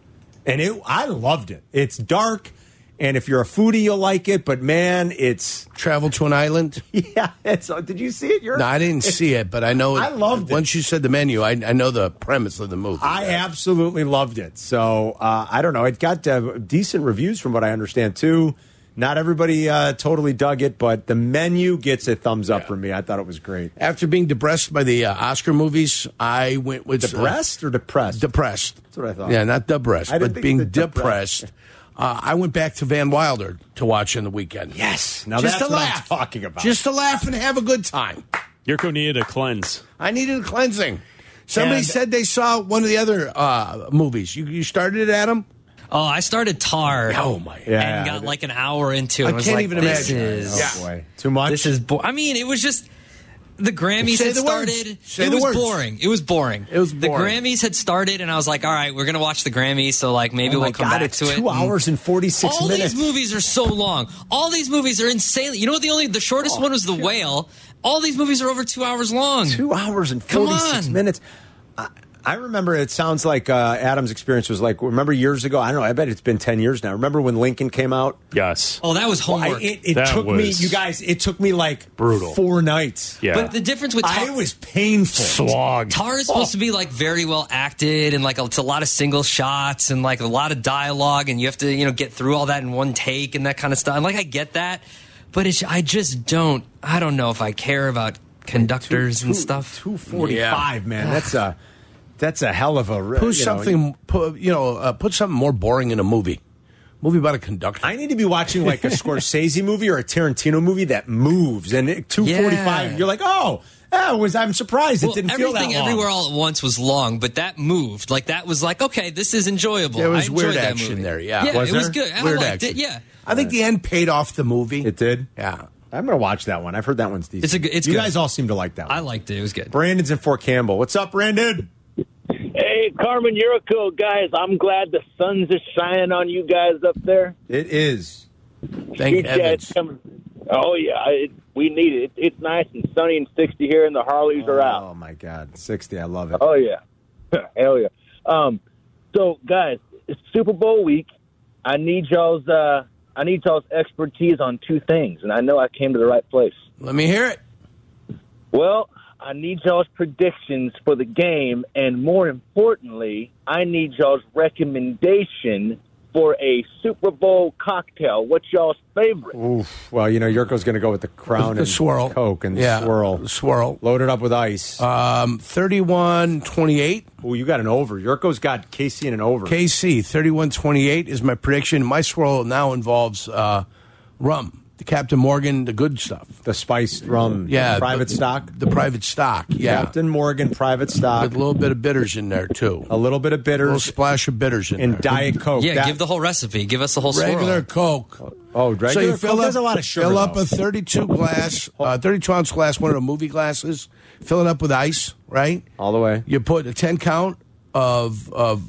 and it. I loved it. It's dark. And if you're a foodie, you'll like it. But man, it's Travel to an island. yeah. It's, did you see it? You're, No, I didn't see it, but I know. I loved it. Once you said the menu, I, I know the premise of the movie. I absolutely loved it. So uh, I don't know. It got uh, decent reviews from what I understand too. Not everybody uh, totally dug it, but the menu gets a thumbs up from me. I thought it was great. After being depressed by the uh, Oscar movies, I went with uh, Depressed or depressed? depressed. That's what I thought. Yeah, not depressed, I didn't but think being you said depressed. depressed. Uh, I went back to Van Wilder to watch in the weekend. yes. Now just that's to what I'm laugh. talking about. Just to laugh and have a good time. Yurko needed a cleanse. I needed a cleansing. Somebody And- said they saw one of the other uh, movies. You, you started it, Adam? Oh, I started Tar. Oh, my. Yeah. And got like an hour into it. I was can't like, even this imagine. Is, oh, boy. Too much. This is. Bo- I mean, it was just the Grammys Say had the words. started. Say it the was words. boring. It was boring. It was The boring. Grammys had started, and I was like, "All right, we're gonna watch the Grammys, so like maybe Oh my we'll come God, back it's to it." Two And hours and forty six All minutes. these movies are so long. All these movies are insanely. You know what? The only the Oh, shortest one was The Whale. All these movies are over two hours long. two hours and Come 46 on. minutes. I, I remember it sounds like uh, Adam's experience was like, remember years ago? I don't know. I bet it's been 10 years now. Remember when Lincoln came out? Yes. Oh, that was I, homework. it it That took me, was you guys, it took me like brutal. four nights. Yeah. But the difference with I Tar- was painful. slog. Tar is supposed to be like very well acted and like it's a lot of single shots and like a lot of dialogue and you have to you know get through all that in one take and that kind of stuff. And like I get that, but it's I just don't. I don't know if I care about conductors and stuff. 245, man. That's a, that's a hell of a. Put Put something, put, you know, uh, put something more boring in a movie. Movie about a conductor. I need to be watching like a Scorsese movie or a Tarantino movie that moves. And it- 245, Yeah. you're like, oh, that was, I'm surprised it Well, didn't feel that everything long. everywhere all at once was long, but that moved. Like that was like okay, this is enjoyable. There I was enjoyed weird that action movie. there, yeah. yeah, Was it was there? good. I Weird liked action. it. Yeah, I think the end paid off the movie. It did? Yeah. I'm gonna watch that one. I've heard that one's decent. It's a good- it's you good. guys all seem to like that. One. I liked it. It was good. Brandon's in Fort Campbell. What's up, Brandon? Hey, Carmen, you're a cool guys. I'm glad the sun's is shining on you guys up there. It is. Thank Yeah, it's heavens. coming. Oh yeah, it, we need it. it. It's nice and sunny and 60 here, and the Harleys are out. Oh my God, sixty. I love it. Oh yeah, hell yeah. Um, so guys, it's Super Bowl week. I need y'all's uh, I need y'all's expertise on two things, and I know I came to the right place. Let me hear it. Well, I need y'all's predictions for the game, and more importantly, I need y'all's recommendation for a Super Bowl cocktail. What's y'all's favorite? Oof. Well, you know, Yurko's gonna go with the crown The and swirl. Coke and the Yeah, swirl. the swirl. Loaded up with ice. Um, 31 28. oh, you got an over. Yurko's got Casey in an over. KC 3128 is my prediction. My swirl now involves uh, rum, the Captain Morgan, the good stuff. the spiced rum. Yeah. Private the- stock. The private stock, yeah. Captain Morgan. Private stock. With a little bit of bitters in there, too. A little bit of A little bitters splash of bitters in and there. diet coke. Yeah, That- give the whole recipe. Give us the whole swirl. Regular Coke. Oh, regular So you Coke fill up, has a lot of sugar. Fill up though. Oh. a 32 glass, uh, 32 ounce glass, one of the movie glasses. Fill it up with ice, right? all the way. You put a 10 count of of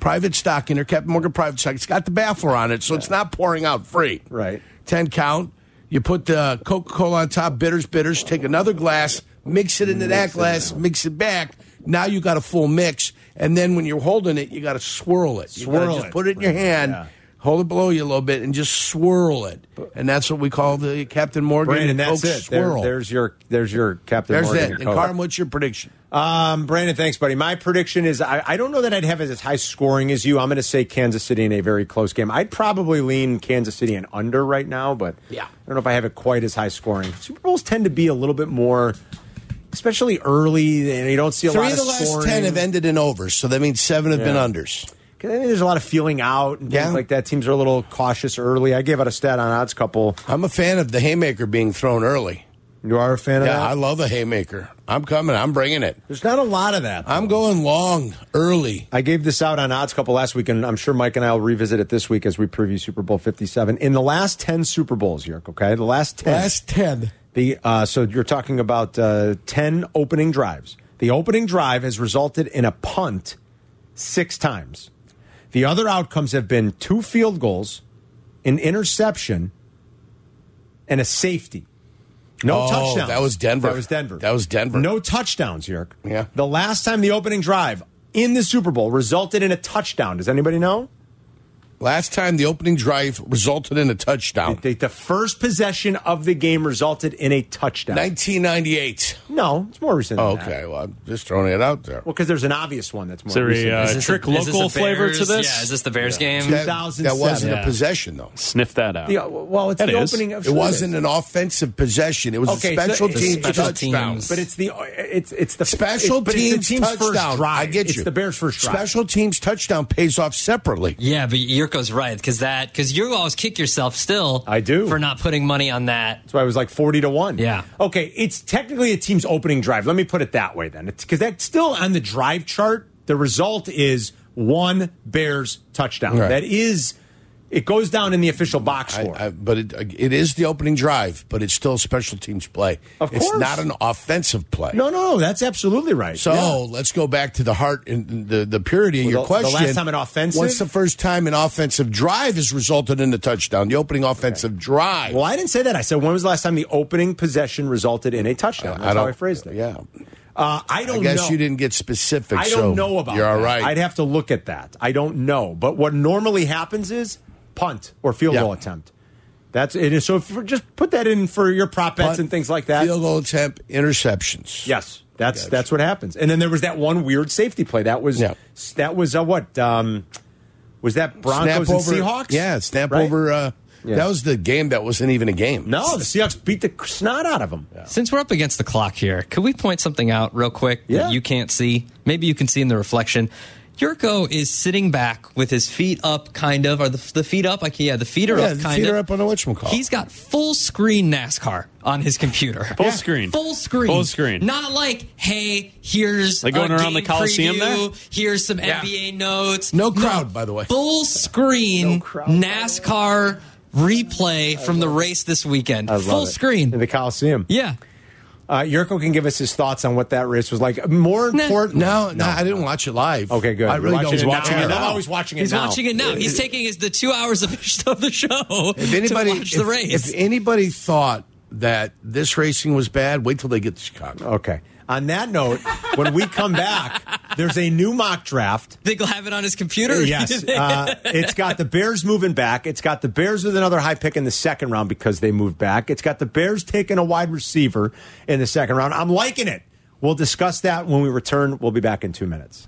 private stock in there, Captain Morgan private stock. It's got the baffler on it, so it's not pouring out free. Right. 10 count. You put the Coca Cola on top, bitters, bitters. Take another glass, mix it into that glass, mix it back. Now you got a full mix. And then when you're holding it, you got to swirl it. You gotta Swirl just it. put it in your hand, Yeah. hold it below you a little bit, and just swirl it. And that's what we call the Captain Morgan Brandon, that's Coke it. There- swirl. there's your there's your Captain There's Morgan. that. And Coke. Carm, what's your prediction? Um, Brandon, thanks, buddy. My prediction is I, I don't know that I'd have as high scoring as you. I'm going to say Kansas City in a very close game. I'd probably lean Kansas City and under right now, but Yeah. I don't know if I have it quite as high scoring. Super Bowls tend to be a little bit more, especially early, and you don't see a Three lot of the of last scoring. ten have ended in overs, so that means seven have been Yeah. unders. 'Cause I think There's a lot of feeling out and things Yeah. like that. Teams are a little cautious early. I gave out a stat on odds couple. I'm a fan of the haymaker being thrown early. You are a fan of Yeah, that? I love a haymaker. I'm coming. I'm bringing it. There's not a lot of that. I'm going long early. I gave this out on Odds Couple last week, and I'm sure Mike and I will revisit it this week as we preview Super Bowl 57. In the last 10 Super Bowls, Yerk, okay? The last 10. Last ten. The, uh, so you're talking about uh, 10 opening drives. The opening drive has resulted in a punt six times. The other outcomes have been two field goals, an interception, and a safety. No Oh, touchdowns. that was Denver. That was Denver. That was Denver. No touchdowns, Yerk. Yeah. The last time the opening drive in the Super Bowl resulted in a touchdown. Does anybody know? Last time the opening drive resulted in a touchdown. They, the first possession of the game resulted in a touchdown. 1998. no, it's more recent. Than Oh, that. okay, well, I'm just throwing it out there. Well, because there's an obvious one that's more Is there recent. a Is uh, this trick the- is this local the flavor to Bears? this? Yeah, is this the Bears game? That, that 2007. wasn't Yeah. a possession, though. Sniff that out. Yeah, well, it's That the is. opening of It wasn't an offensive possession. It was a Okay, so special it's- team it's special touchdown. teams. But it's the it's it's the Special it's, but it's teams the team's touchdown. first drive. I get you. It's the Bears' first drive. Special teams touchdown pays off separately. Yeah, but Yurko's right because that because you always kick yourself still. I do. for not putting money on that. That's why it was like 40 to 1. Yeah. Okay, it's technically a team's opening drive. Let me put it that way then. Because that's still on the drive chart. The result is one Bears touchdown. Right. That is, it goes down in the official box I, score. I, Uh, but it, it is the opening drive, but it's still special teams play. Of It's course. not an offensive play. no, no, that's absolutely right. So Yeah. let's go back to the heart and the, the purity of Well, your the- the question. last time an offensive- What's the first time an offensive drive has resulted in a touchdown? The opening offensive drive. Well, I didn't say that. I said, when was the last time the opening possession resulted in a touchdown? That's how I phrased it. Yeah. Uh, I don't I guess know. you didn't get specific. I so don't know about You're that. all right. I'd have to look at that. I don't know. But what normally happens is punt or field Yeah. goal attempt. That's it. Is, so for, just put that in for your prop bets Punt, and things like that. Field goal attempt, interceptions. Yes, that's Gotcha. that's what happens. And then there was that one weird safety play. That was Yeah. that was uh, what um, was that Broncos snap over, and Seahawks? Yeah, snap Right? over. Uh, Yeah. That was the game that wasn't even a game. No, the Seahawks beat the snot out of them. Since we're up against the clock here, could we point something out real quick Yeah. that you can't see? Maybe you can see in the reflection. Yurko is sitting back with his feet up, kind of. Are the, the feet up? Like, yeah, the feet are Yeah, up, the kind feet of. are up on the whatchamacallit. He's got full screen NASCAR on his computer. Full screen. Full screen. Full screen. Not like, hey, here's Like going a around the game Coliseum preview, Here's some NBA notes. No crowd, by the way. Full screen No crowd. NASCAR replay from the race this weekend. I love Full it. screen. in the Coliseum. yeah. Uh, Yurko can give us his thoughts on what that race was like. More Nah. important, No, no, I didn't watch it live. Okay, good. I really You're don't watching it watch now. it. I'm live. always watching it He's now. watching it now. He's taking his the two hours of, of the show If anybody, to watch the if- race. if anybody thought that this racing was bad, wait till they get to Chicago. Okay. On that note, when we come back, there's a new mock draft. Think he'll have it on his computer? Yes. Uh, it's got the Bears moving back. It's got the Bears with another high pick in the second round because they moved back. It's got the Bears taking a wide receiver in the second round. I'm liking it. We'll discuss that when we return. We'll be back in two minutes.